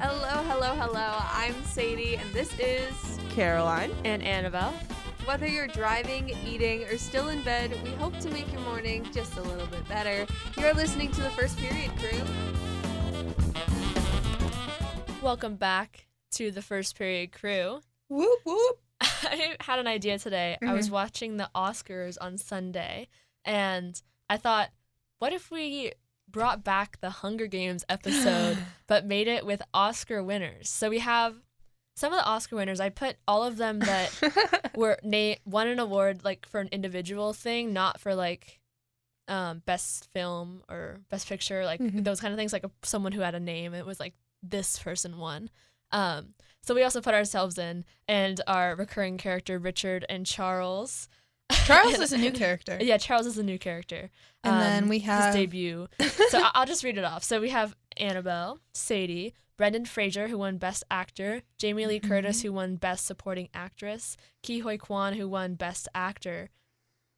Hello, hello, hello. I'm Sadie, and this is Caroline. and Annabelle. Whether you're driving, eating, or still in bed, we hope to make your morning just a little bit better. You're listening to the First Period Crew. Welcome back to the first period crew. Whoop whoop. I had an idea today. I Mm-hmm. was watching the Oscars on Sunday, and I thought, what if we brought back the Hunger Games episode, but made it with Oscar winners? So we have some of the Oscar winners. I put all of them that were na- won an award like for an individual thing, not for like um, best film or best picture, like Mhm. those kind of things. Like a, someone who had a name, it was like this person won. Um, so we also put ourselves in and our recurring character Richard and Charles. Charles is a new character. Yeah, Charles is a new character. Um, And then we have- his debut. so I- I'll just read it off. So we have Annabelle, Sadie, Brendan Fraser, who won Best Actor, Jamie Lee Curtis, Mm-hmm. who won Best Supporting Actress, Ki Hoi Kwan, who won Best Actor,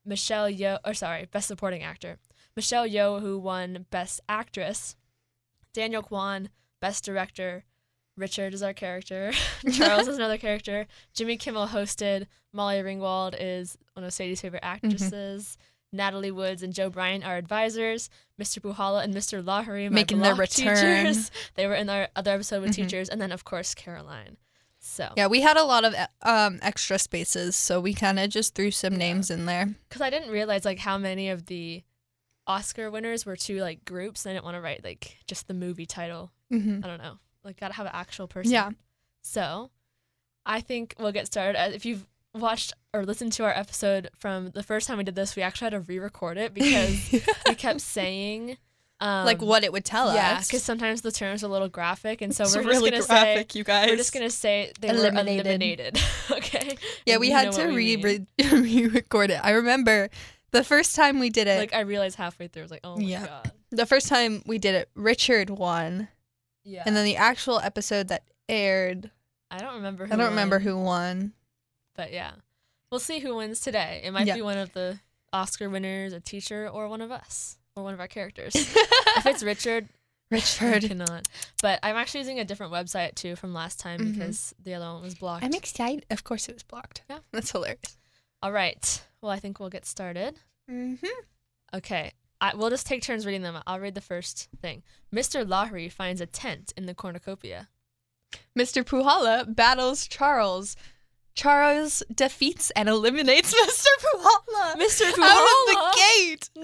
Michelle Yeoh, or sorry, Best Supporting Actor, Michelle Yeoh, who won Best Actress, Daniel Kwan, Best Director. Richard is our character. Charles is another character. Jimmy Kimmel hosted. Molly Ringwald is one of Sadie's favorite Mm-hmm. actresses. Natalie Woods and Joe Bryan are advisors. Mr. Buhala and Mr. Lahari Making their return. Teachers. They were in our other episode with Mhm. teachers, and then of course Caroline. So, Yeah, we had a lot of uh, um extra spaces, so we kind of just threw some names in there. because I didn't realize like how many of the Oscar winners were two like groups, and I didn't want to write like just the movie title. Mm-hmm. I don't know. Like, gotta have an actual person. Yeah. So, I think we'll get started. Uh, If you've watched or listened to our episode from the first time we did this, we actually had to re-record it because we kept saying, um, like what it would tell Yeah, us. because sometimes the terms are a little graphic, and so It's we're just really gonna graphic, say you guys. we're just gonna say they Eliminated. were eliminated. okay. yeah, And we you had know to what we re mean. re-record it. I remember the first time we did it. Like I realized halfway through, I was like, oh my Yeah. god. the first time we did it, Richard won, Yeah. and then the actual episode that aired, I don't remember. Who I don't remember won, who won. But yeah, we'll see who wins today. It might Yeah. be one of the Oscar winners, a teacher, or one of us, or one of our characters. if it's Richard, I Richard. cannot. But I'm actually using a different website too from last time Mhm. because the other one was blocked. I'm excited. Of course, it was blocked. Yeah. that's hilarious. All right. Well, I think we'll get started. Mm-hmm. Okay. I, we'll just take turns reading them. I'll read the first thing. Mr. Lahri finds a tent in the cornucopia. Mr. Puhala battles Charles. Charles defeats and eliminates Mr. Puhala. Mr. Out of Puhala? the gate.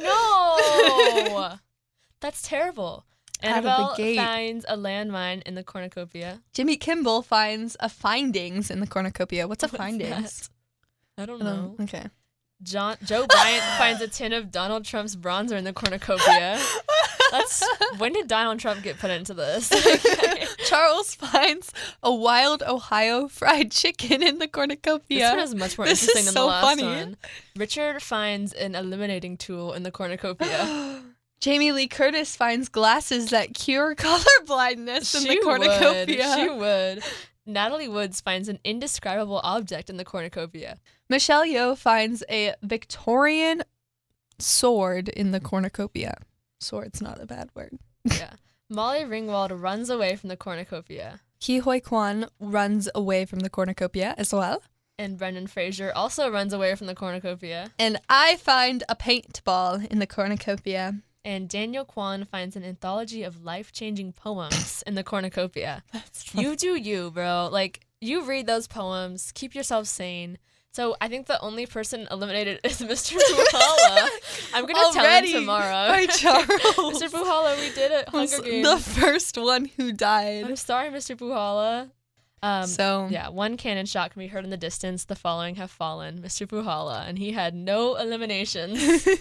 No! That's terrible. Out of the Annabelle gate. finds a landmine in the cornucopia. Jimmy Kimball finds a findings in the cornucopia. What's a What's findings? I don't I know. don't- Okay. John Joe Bryant finds a tin of Donald Trump's bronzer in the cornucopia. That's when did Donald Trump get put into this? Okay. Charles finds a wild Ohio fried chicken in the This cornucopia. one is much more This is interesting than so the last funny. one. Richard finds an eliminating tool in the cornucopia. Jamie Lee Curtis finds glasses that cure color blindness in the cornucopia. Would. She would. Natalie Woods finds an indescribable object in the cornucopia. Michelle Yeoh finds a Victorian sword in the cornucopia. Sword's not a bad word. Yeah. Molly Ringwald runs away from the cornucopia. Ki Hoi Kwan runs away from the cornucopia as well. And Brendan Fraser also runs away from the cornucopia. And I find a paintball in the cornucopia. And Daniel Kwan finds an anthology of life changing poems in the cornucopia. you do you, bro. Like you read those poems, keep yourself sane. So I think the only person eliminated is Mr. Buhala. I'm gonna Already tell him by tomorrow. Charles. Mr. Buhala, we did it. was Hunger Games. the first one who died. I'm sorry, Mr. Buhala. Um, so yeah, one cannon shot can be heard in the distance. The following have fallen, Mr. Buhala, and he had no eliminations for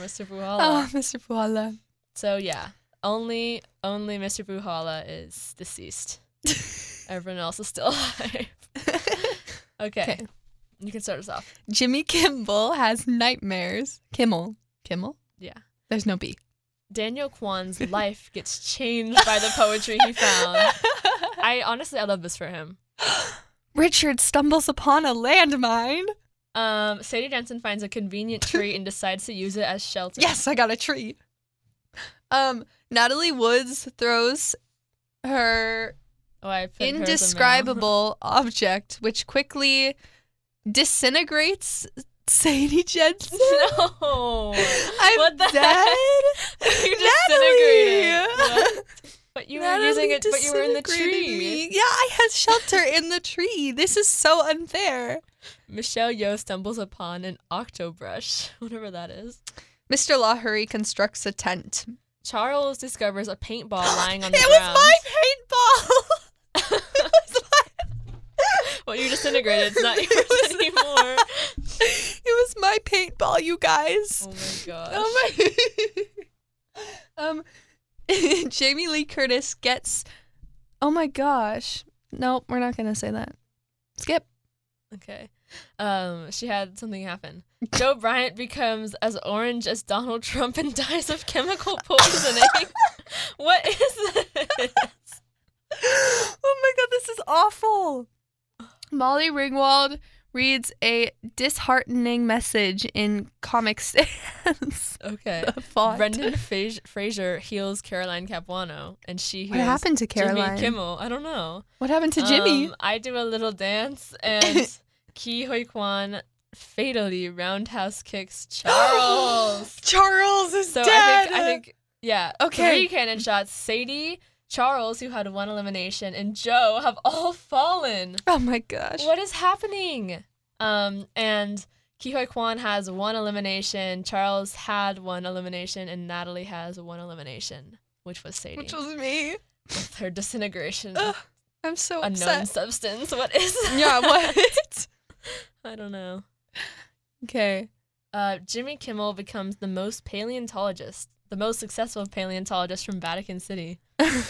Mr. Buhala. oh, Mr. Puala. So yeah, only only Mr. Buhala is deceased. Everyone else is still alive. okay. Okay. you can start us off. Jimmy Kimball has nightmares. Kimmel. Kimmel? Yeah. There's no B. Daniel Kwan's life gets changed by the poetry he found. I honestly, I love this for him. Richard stumbles upon a landmine. Um, Sadie Jensen finds a convenient tree and decides to use it as shelter. Yes, I got a treat. Um, Natalie Woods throws her Oh, I put her as a male. indescribable object, which quickly disintegrates Sadie Jensen. no. I'm What the dead. heck? You Natalie! disintegrated. But you were using it, but you were in the disintegrated tree. me. Yeah, I had shelter in the tree. This is so unfair. Michelle Yeoh stumbles upon an octobrush, whatever that is. Mr. Lahuri constructs a tent. Charles discovers a paintball lying on the it ground. was my paintball. It was my- well, you disintegrated. It's not It yours was- anymore. it was my paintball, you guys. Oh my gosh. Oh my. um, Jamie Lee Curtis gets. Oh my gosh. Nope, we're not gonna say that. Skip. Okay. Um, she had something happen. Joe Bryant becomes as orange as Donald Trump and dies of chemical poisoning. what is this? oh my god, this is awful. Molly Ringwald reads a disheartening message in Comic Sans. Okay. Font. Brendan Fra- Fraser heals Caroline Capuano, and she heals what happened to Caroline? Jimmy Kimmel. I don't know. what happened to Jimmy? Um, I do a little dance, and Ki Hoi Kwan fatally roundhouse kicks Charles. Charles is so dead. I think I think yeah. Okay. Three cannon shots. Sadie, Charles, who had one elimination, and Joe have all fallen. Oh my gosh. What is happening? Um, and Kihoi Kwan has one elimination. Charles had one elimination, and Natalie has one elimination, which was Sadie. Which was me. with her disintegration, Ugh, of I'm so unknown upset. substance. What is? That? yeah. What? I don't know. okay. Uh, Jimmy Kimmel becomes the most paleontologist, the most successful paleontologist from Vatican City.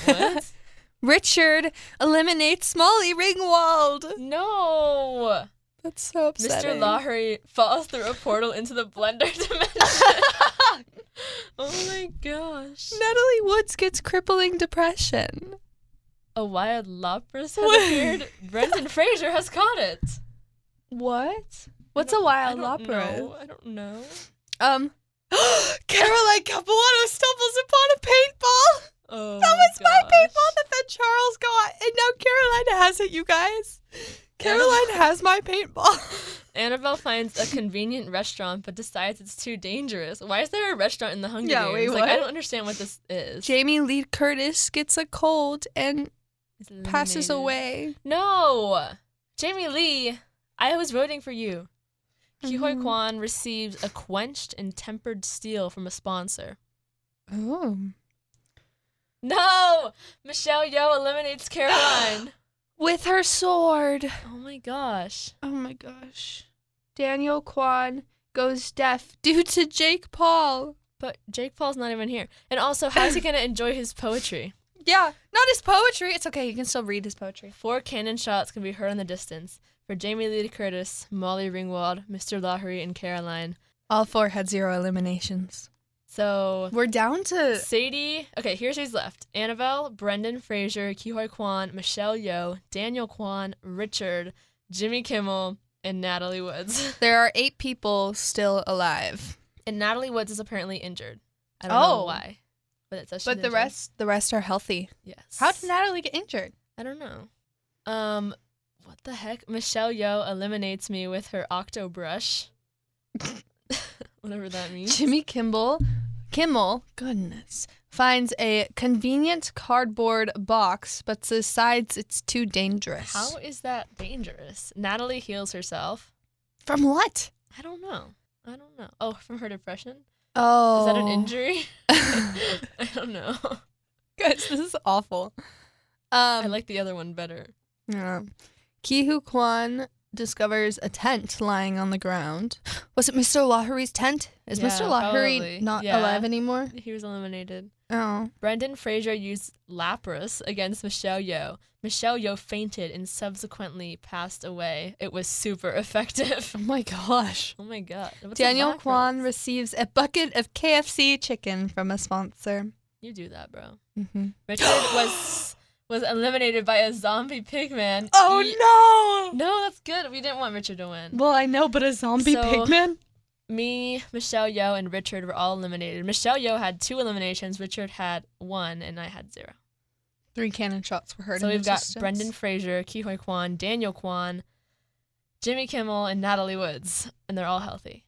What? Richard eliminates Molly Ringwald. no! That's so Mr. upsetting. Lowry falls through a portal into the blender dimension. oh my gosh. Natalie Woods gets crippling depression. A wild lopris has What? appeared. Brendan Fraser has caught it. What? What's a don't- wild I don't opera? know. I don't know. Um. Caroline Capuano stumbles upon a paintball. Oh That was my gosh. paintball that then Charles got, and now Caroline has it. You guys, Caroline has my paintball. Annabelle finds a convenient restaurant but decides it's too dangerous. Why is there a restaurant in the Hunger Yeah, Games? wait, like what? I don't understand what this is. Jamie Lee Curtis gets a cold and It's passes eliminated. away. No, Jamie Lee, I was voting for you. Kihoi Mhm. Kwan receives a quenched and tempered steel from a sponsor. Oh. No, Michelle Yeoh eliminates Caroline. With her sword. oh my gosh. Oh my gosh. Daniel Kwan goes deaf due to Jake Paul. But Jake Paul's not even here. And also, how's he gonna enjoy his poetry? Yeah, not his poetry. It's okay. You can still read his poetry. Four cannon shots can be heard in the distance for Jamie Lee Curtis, Molly Ringwald, Mr. Lahiri, and Caroline. All four had zero eliminations. So We're down to. Sadie, okay, here's who's left: Annabelle, Brendan Fraser, Kihoi Kwan, Michelle Yeoh, Daniel Kwan, Richard, Jimmy Kimmel, and Natalie Woods. There are eight people still alive, And Natalie Woods is apparently injured. I don't know Oh. why, but it says she's but the injured. rest, the rest are healthy. yes. How did Natalie get injured? I don't know. Um, what the heck? Michelle Yeoh eliminates me with her octo brush. Whatever that means. Jimmy Kimball, Kimmel, goodness, finds a convenient cardboard box, but decides it's too dangerous. How is that dangerous? Natalie heals herself. From what? I don't know. I don't know. Oh, from her depression? Oh, Is that an injury? Guys, I don't know. this is awful. Um, I like the other one better. Yeah. Kihu Kwan discovers a tent lying on the ground. Was it Mr. Lahiri's tent? Is Mr. Yeah, Lahiri probably. not Yeah. alive anymore? He was eliminated. Oh. Brendan Fraser used Lapras against Michelle Yeoh. Michelle Yeoh fainted and subsequently passed away. It was super effective. Oh my gosh. Oh my god. What's a Daniel Lapras? Kwan receives a bucket of KFC chicken from a sponsor. You do that, bro. Mm-hmm. Richard was was eliminated by a zombie pigman. Ye- Oh No, that's good. We didn't want Richard to win. Well, I know, but a zombie So- pigman? Me, Michelle Yeoh, and Richard were all eliminated. Michelle Yeoh had two eliminations. Richard had one, and I had zero. Three cannon shots were heard. So in we've got resistance. Brendan Fraser, Kihoi Kwan, Daniel Kwan, Jimmy Kimmel, and Natalie Woods, and they're all healthy.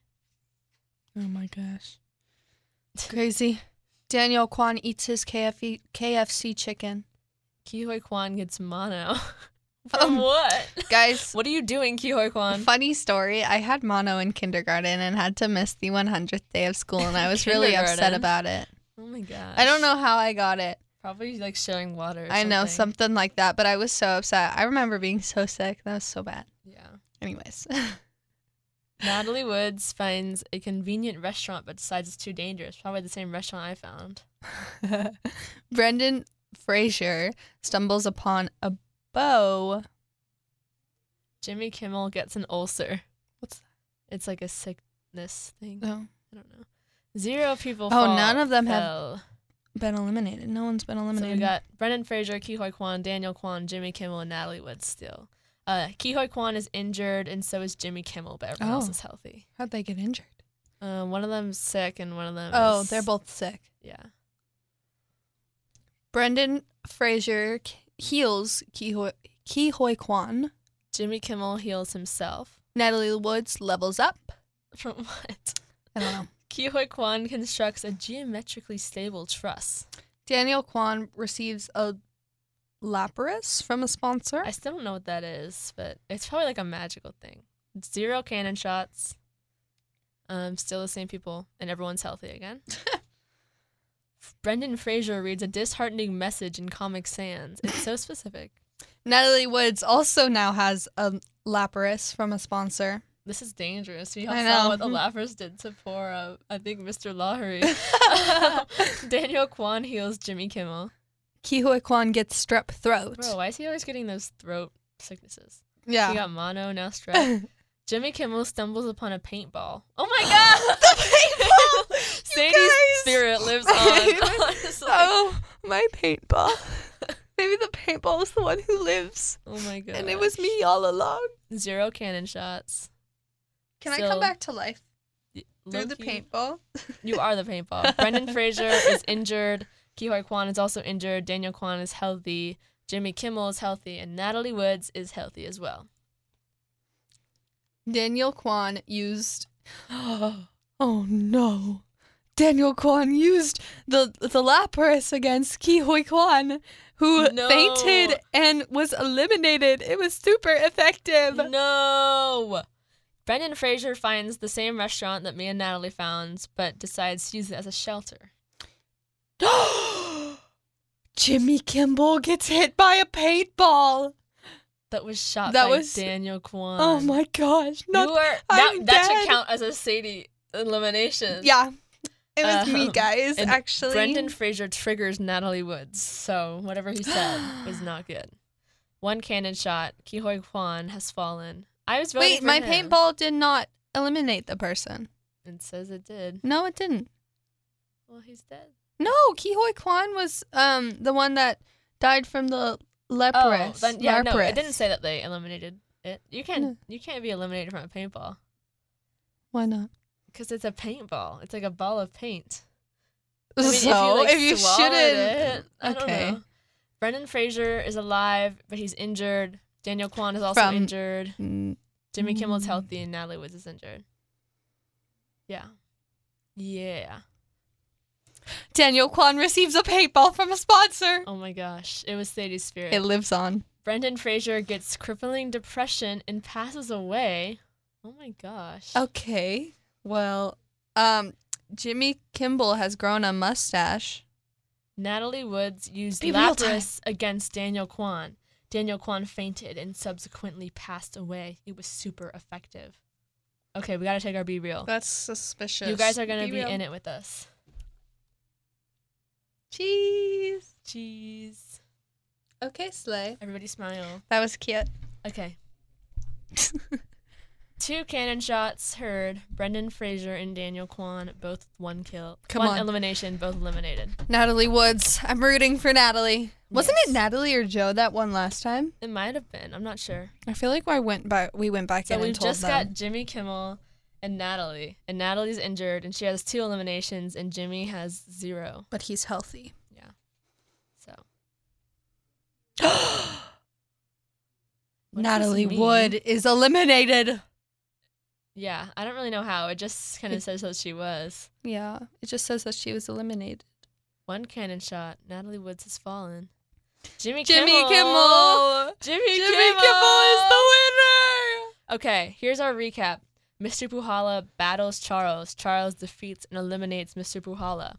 Oh my gosh. Crazy. Daniel Kwan eats his KFC, KFC chicken. Kihoi Kwan gets mono. From Um, what? Guys, What are you doing, Kihoi Kwan? funny story. I had mono in kindergarten and had to miss the 100th day of school, and I was really upset Kindergarten. about it. Oh my god. I don't know how I got it. Probably like sharing water. Or I know something. something like that, but I was so upset. I remember being so sick. That was so bad. Yeah. Anyways, Natalie Woods finds a convenient restaurant but decides it's too dangerous. Probably the same restaurant I found. Brendan Fraser stumbles upon a bow. Jimmy Kimmel gets an ulcer. What's that? It's like a sickness thing. Oh, I don't know. Zero people. Oh, fall- none of them have fell. been eliminated. No one's been So we eliminated. got Brendan Fraser, Kihoi Kwan, Daniel Kwan, Jimmy Kimmel, and Natalie Woods still. Uh, Kihoi Kwan is injured, and so is Jimmy Kimmel, but everyone else Oh. is healthy. How'd they get injured? Uh, one of them's sick, and one of them. Oh, is- they're both sick. Yeah. Brendan Fraser k- heals Kihoi, Kihoi Kwan. Jimmy Kimmel heals himself Natalie Woods levels up. from what? I don't know. Kihoi Kwan constructs a geometrically stable truss. Daniel Kwan receives a lapras from a sponsor. I still don't know what that is, but it's probably like a magical thing. Zero cannon shots. Um, still the same people, and everyone's healthy again. Brendan Fraser reads a disheartening message in Comic Sans. It's so specific. Natalie Woods also now has a lapras from a sponsor. This is dangerous. We all saw I know. Mm. what the Laughers did to poor, uh, I think, Mr. Lowry. Daniel Kwan heals Jimmy Kimmel. Kihoi Kwan gets strep throat. Bro, why is he always getting those throat sicknesses? He yeah. got mono, now strep. Jimmy Kimmel stumbles upon a paintball. Oh my god! The paintball! Sadie's guys! spirit lives on. Honestly. Oh. oh, my paintball. Maybe the paintball is the one who lives. oh my god! And it was me all along. zero cannon shots. Can I So- come back to life through the Low-key, paintball? You are the paintball. Brendan Fraser is injured. Kihoi Kwan is also injured. Daniel Kwan is healthy. Jimmy Kimmel is healthy, and Natalie Woods is healthy as well. Daniel Kwan used. oh no. Daniel Kwan used the the Lapras against Kihoi Kwan, who No. fainted and was eliminated. It was super effective. No. Brendan Fraser finds the same restaurant that me and Natalie found, but decides to use it as a shelter. Jimmy Kimball gets hit by a paintball. That was shot That by was- Daniel Kwan. Oh my gosh. you Not, are that, I'm that dead. should count as a Sadie elimination. yeah. It was me, Um, guys, and actually. Brendan Fraser triggers Natalie Woods, so whatever he said was not good. One cannon shot. Kihoi Kwan has fallen. I was voting Wait, for my him. paintball did not eliminate the person. It says it did. No, it didn't. Well, he's dead. No, Kihoi Kwan was um the one that died from the leprous. Oh, then, yeah, no, leprous. it didn't say that they eliminated it. You can't, No. you can't be eliminated from a paintball Why not? because it's a paintball. It's like a ball of paint. I mean, So if you, like, if you, swallowed shouldn't, it, I don't okay. know. Brendan Fraser is alive, but he's injured. Daniel Kwan is also From- injured. Mm, Jimmy Kimmel's Mm. healthy, and Natalie Woods is injured. Yeah, yeah. Daniel Kwan receives a paintball from a sponsor. Oh my gosh, it was Sadie's spirit. It lives on. Brendan Fraser gets crippling depression and passes away. Oh my gosh. Okay. Well, um, Jimmy Kimball has grown a mustache. Natalie Woods used Be real time. Lapras against Daniel Kwan. Daniel Kwan fainted and subsequently passed away. It was super effective. Okay, we gotta take our B reel. That's suspicious. Oh. You guys are gonna be, in it with us. Cheese. Cheese. Okay, Slay. Everybody smile. That was cute. Okay. Two cannon shots heard. Brendan Fraser and Daniel Kwan, both one kill. Come one on. elimination, both eliminated. Natalie Woods. I'm rooting for Natalie. Wasn't it Yes. Natalie or Joe that one last time? It might have been. I'm not sure. I feel like I went by we went back So in we've and told just them. got Jimmy Kimmel and Natalie, and Natalie's injured, and she has two eliminations, and Jimmy has zero. but he's healthy. Yeah. So What does this Natalie mean? Wood is eliminated. Yeah, I don't really know how. It just kind of says that she was. Yeah, it just says that she was eliminated. One cannon shot. Natalie Woods has fallen. Jimmy Jimmy Kimmel, Jimmy, Jimmy Kimmel. Kimmel is the winner. Okay, here's our recap. Mr. Puhala battles Charles. Charles defeats and eliminates Mr. Puhala.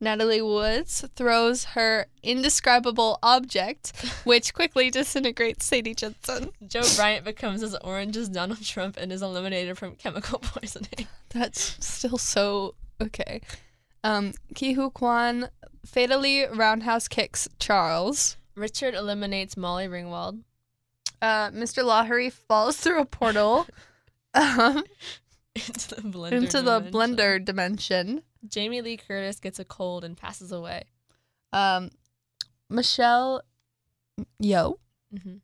Natalie Woods throws her indescribable object, which quickly disintegrates Sadie Jensen. Joe Bryant becomes as orange as Donald Trump and is eliminated from chemical poisoning. That's still so okay. Um, Kihu Kwan fatally roundhouse kicks Charles. Richard eliminates Molly Ringwald. Uh, Mr. Lawhery falls through a portal um, Into the blender. into the dimension. blender dimension. Jamie Lee Curtis gets a cold and passes away. Um, Michelle Yo hmm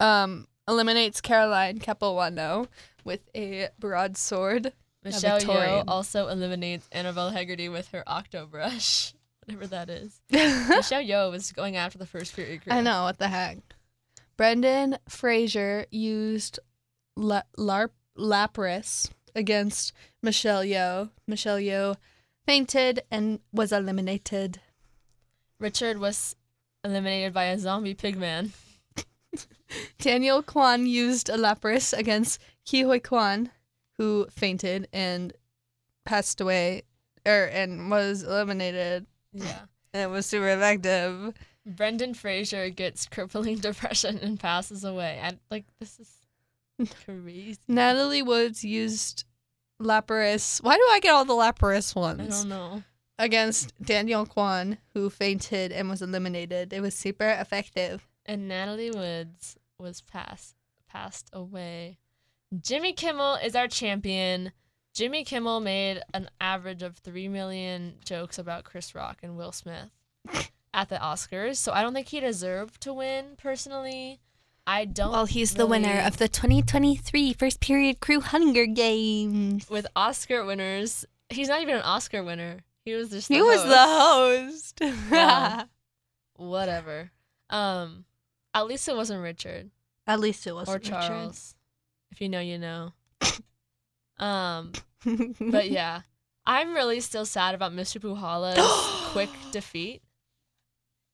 um, eliminates Caroline Capilano with a broadsword. Michelle Yeoh Victorian. also eliminates Annabelle Hegarty with her octobrush, whatever that is. Michelle Yeoh was going after the first period group. I know what the heck. Brendan Fraser used la- LARP Lapras against Michelle Yeoh. Michelle Yeoh fainted and was eliminated. Richard was eliminated by a zombie pigman. Daniel Kwan used a Lapras against Kihoi Kwan, who fainted and passed away, er, and was eliminated. Yeah. And it was super effective. Brendan Fraser gets crippling depression and passes away. I, like this is crazy. Natalie Woods used Lapras. Why do I get all the Lapras I ones? don't know. against Daniel Kwan, who fainted and was eliminated. It was super effective. And Natalie Woods was passed passed away. Jimmy Kimmel is our champion. Jimmy Kimmel made an average of three million jokes about Chris Rock and Will Smith at the Oscars, so I don't think he deserved to win personally. I don't. Well, he's the winner really- of the 2023 First Period Crew Hunger Games. with Oscar winners. He's not even an Oscar winner. He was just. He the was host. the host. Yeah. whatever. Um, at least it wasn't Richard At least it was or Charles. If you know, you know. um, but yeah, I'm really still sad about Mr. Puhala's quick defeat.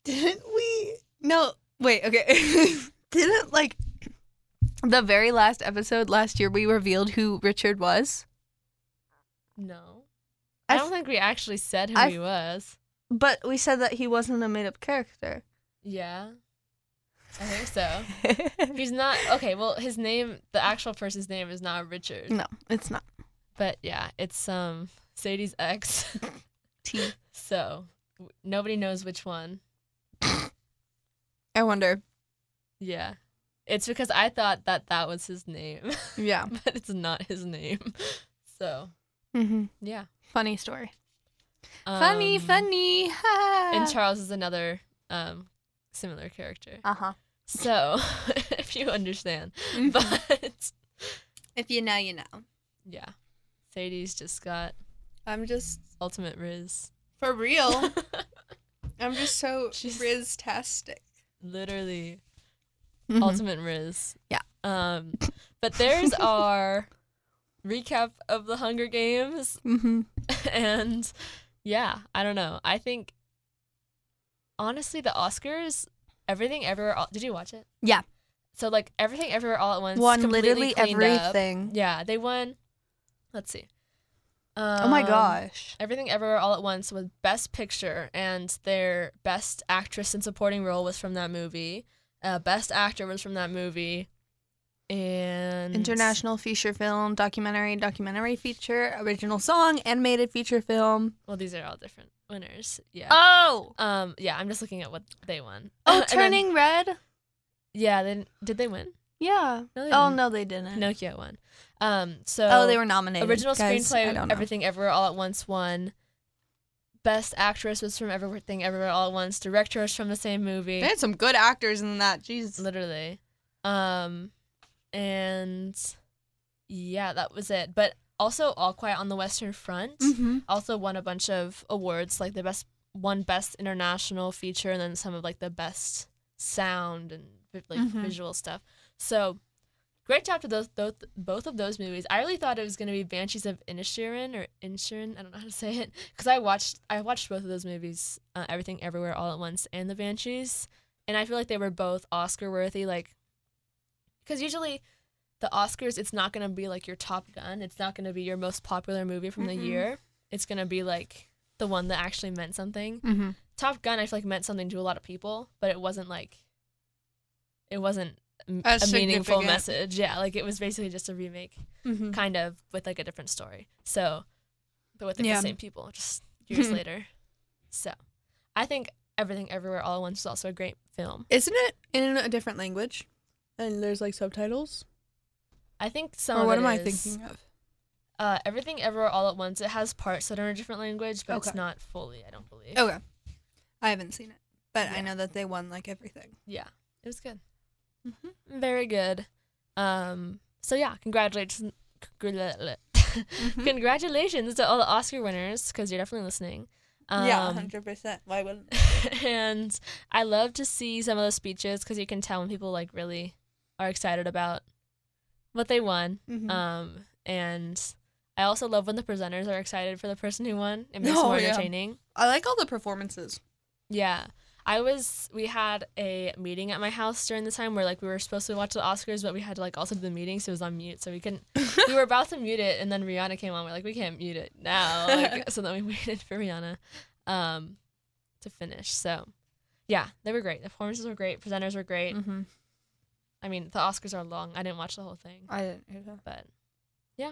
Didn't we? No, wait, okay. Didn't like the very last episode last year we revealed who Richard was? No, I I don't think we actually said who I he was. But we said that he wasn't a made up character. Yeah, I think so. He's not okay. Well, his name, the actual person's name, is not Richard. no, it's not. But yeah, it's um Sadie's ex. T. so w- nobody knows which one. I wonder. Yeah. It's because I thought that that was his name, Yeah. but it's not his name. So, hmm yeah. Funny story. Um, funny. And Charles is another um, similar character. uh huh. So, if you understand. But, If you know, you know. yeah. Sadie's just got I'm just ultimate Riz. for real. I'm just so She's- riz-tastic. Literally, Mm-hmm. ultimate Riz. Yeah. Um, but there's our recap of the Hunger Games. Mm-hmm. and yeah, I don't know. I think honestly, the Oscars, everything everywhere. All, did you watch it? Yeah. So like everything everywhere all at once. Won completely literally cleaned up. everything. Yeah, they won. Let's see. Um, oh my gosh. Everything Everywhere All at Once was Best Picture, and their Best Actress in Supporting Role was from that movie. Uh, best Actor was from that movie, and International feature film, documentary, documentary feature, original song, animated feature film. Well, these are all different winners. Yeah. Oh. Um. Yeah, I'm just looking at what they won. Oh, And then- turning red. yeah. Then did they win? Yeah. No, they Oh didn't. no, they didn't. Pinocchio won. Um. So. Oh, they were nominated. original Guys, screenplay. I don't know. Everything Everywhere All at Once won. Best actress was from Everything Everywhere All at Once. Director was from the same movie. They had some good actors in that. Jesus. Literally. Um. And yeah, that was it. But also, All Quiet on the Western Front Mm-hmm. also won a bunch of awards, like the best one best international feature, and then some of like the best sound and vi- like Mhm. visual stuff. So great job to those both both of those movies. I really thought it was gonna be Banshees of Inisherin or Inisherin. I don't know how to say it because I watched I watched both of those movies, uh, Everything Everywhere All at Once and The Banshees, and I feel like they were both Oscar worthy. Like because usually the Oscars, it's not gonna be like your Top Gun. It's not gonna be your most popular movie from the Mm-mm. year. It's gonna be like the one that actually meant something. Mm-hmm. Top Gun, I feel like meant something to a lot of people, but it wasn't like it wasn't m- As a meaningful significant. message. Yeah, like it was basically just a remake, Mm-hmm. kind of with like a different story. So, but with like, Yeah. the same people, just years later. So, I think Everything Everywhere All at Once is also a great film. Isn't it in a different language? And there's like subtitles. I think some. or of what it am I is- thinking of? Uh, Everything Everywhere All at Once. It has parts that are in a different language, but it's Okay. Oh. not fully. I don't believe. Okay, I haven't seen it, but I Yeah. know that they won like everything. Yeah, it was good. Mm-hmm. Very good. Um, so yeah, congratulations. Mm-hmm. Hmm? Congratulations to all the Oscar winners because you're definitely listening. Um, yeah, hundred percent. Why wouldn't? and I love to see some of those speeches because you can tell when people like really are excited about what they won. Mhm. Um, and I also love when the presenters are excited for the person who won. It makes it Oh, more yeah. entertaining. I like all the performances. Yeah. I was we had a meeting at my house during the time where like we were supposed to watch the Oscars, but we had to like also do the meeting, so it was on mute. So we couldn't we were about to mute it and then Rihanna came on, we're like, we can't mute it now. Like, so then we waited for Rihanna um to finish. So yeah, they were great. The performances were great, presenters were great. Mm-hmm. I mean, the Oscars are long. I didn't watch the whole thing. I didn't hear that. But yeah.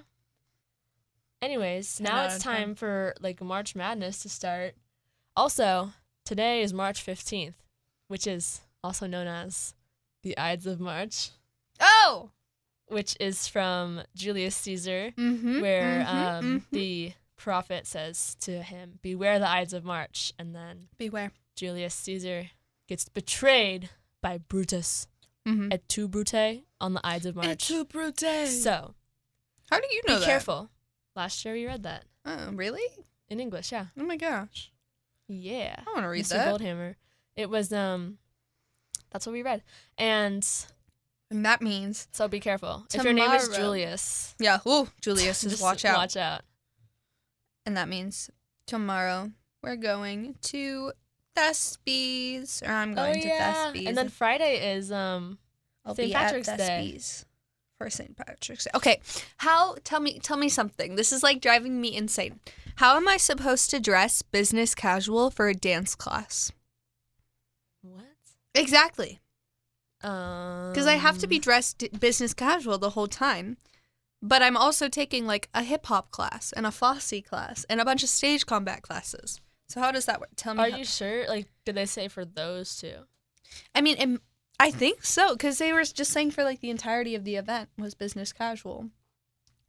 Anyways, Ten now out it's of time ten. for like March Madness to start. Also, today is March 15th, which is also known as the Ides of March, Oh. which is from Julius Caesar, Mm-hmm. where um, the prophet says to him, Beware the Ides of March. And then beware. Julius Caesar gets betrayed by Brutus Mm-hmm. at Tu Brute on the Ides of March. brute. So How do you be know that? careful. Last year we read that. Oh, really? In English, yeah. Oh my gosh. Yeah. I want to read Mr. that. Goldhammer. It was um that's what we read. And so And that means be careful. If your name is Tomorrow. Julius, yeah. Ooh, Julius, just, watch out. Watch out. And that means tomorrow we're going to Thespies, or I'm going oh, to yeah. Thespies. And then Friday is um I'll St. be at Patrick's Day. Thespies for St. Patrick's Day. Okay, how? Tell me, tell me something. This is like driving me insane. How am I supposed to dress business casual for a dance class? what? Exactly, Um because I have to be dressed d- business casual the whole time. But I'm also taking like a hip hop class and a Fosse class and a bunch of stage combat classes. So how does that work? Tell me. Are how- you sure? Like did they say for those two? I mean, it, I think so because they were just saying for like the entirety of the event was business casual.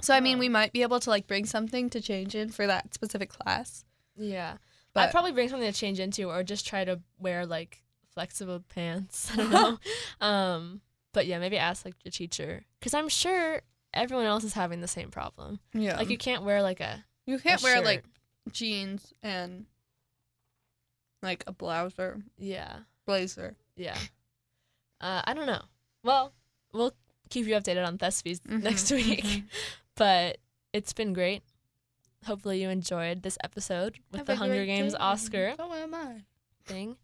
So I mean, Oh. we might be able to like bring something to change in for that specific class. Yeah. I'd But probably bring something to change into or just try to wear like flexible pants. I don't know. um but yeah, maybe ask like your teacher cuz I'm sure everyone else is having the same problem. yeah, Like you can't wear like a you a can't wear shirt. like jeans and like a blouser, yeah blazer. yeah. Uh, I don't know. Well, we'll keep you updated on Thespies Mhm, next week. mhm. But it's been great. Hopefully you enjoyed this episode with the Hunger Games Oscar Oh, am I? thing.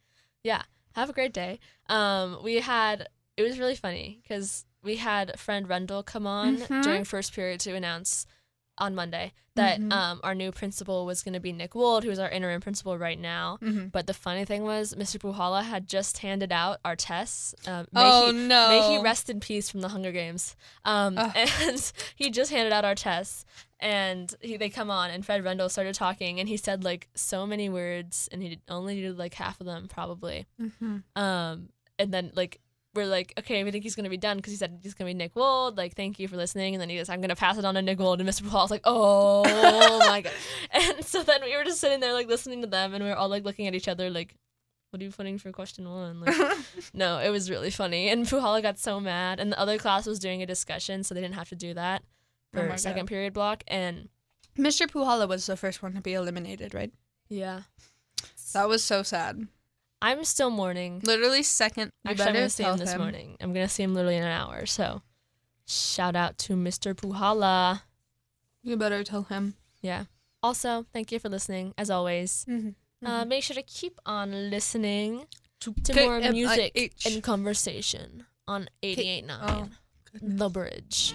Yeah, have a great day. Um, we had it was really funny because we had friend Rendell come on Mhm. during first period to announce on Monday that Mhm. um, our new principal was going to be Nick Wold, who's our interim principal right now. Mm-hmm. But the funny thing was, Mr. Puhala had just handed out our tests. Um, may Oh he, no! May he rest in peace from the Hunger Games. Um, Ugh. And he just handed out our tests, and he, they come on, and Fred Rendell started talking, and he said like so many words, and he did, only did like half of them probably. hmm Um, and then like we're like, okay, we think he's gonna be done because he said he's gonna be Nick Wold. Like, thank you for listening. And then he goes, I'm gonna pass it on to Nick Wold. And Mr. Paul's like, oh my god. And so then we were just sitting there like listening to them, and we were all like looking at each other like. What are you putting for question one? Like, no, it was really funny. And Puhala got so mad. And the other class was doing a discussion, so they didn't have to do that Oh for my second God. period block. And Mr. Puhala was the first one to be eliminated, right? yeah, That was so sad. I'm still mourning. Literally second. Actually, You I'm better gonna see tell him this him. morning. I'm gonna see him literally in an hour. So, shout out to Mr. Puhala. You better tell him. Yeah. Also, thank you for listening. As always, uh, make sure to keep on listening to Mm-hmm. K- more M- I- music H. and conversation on 88.9 oh, The Bridge.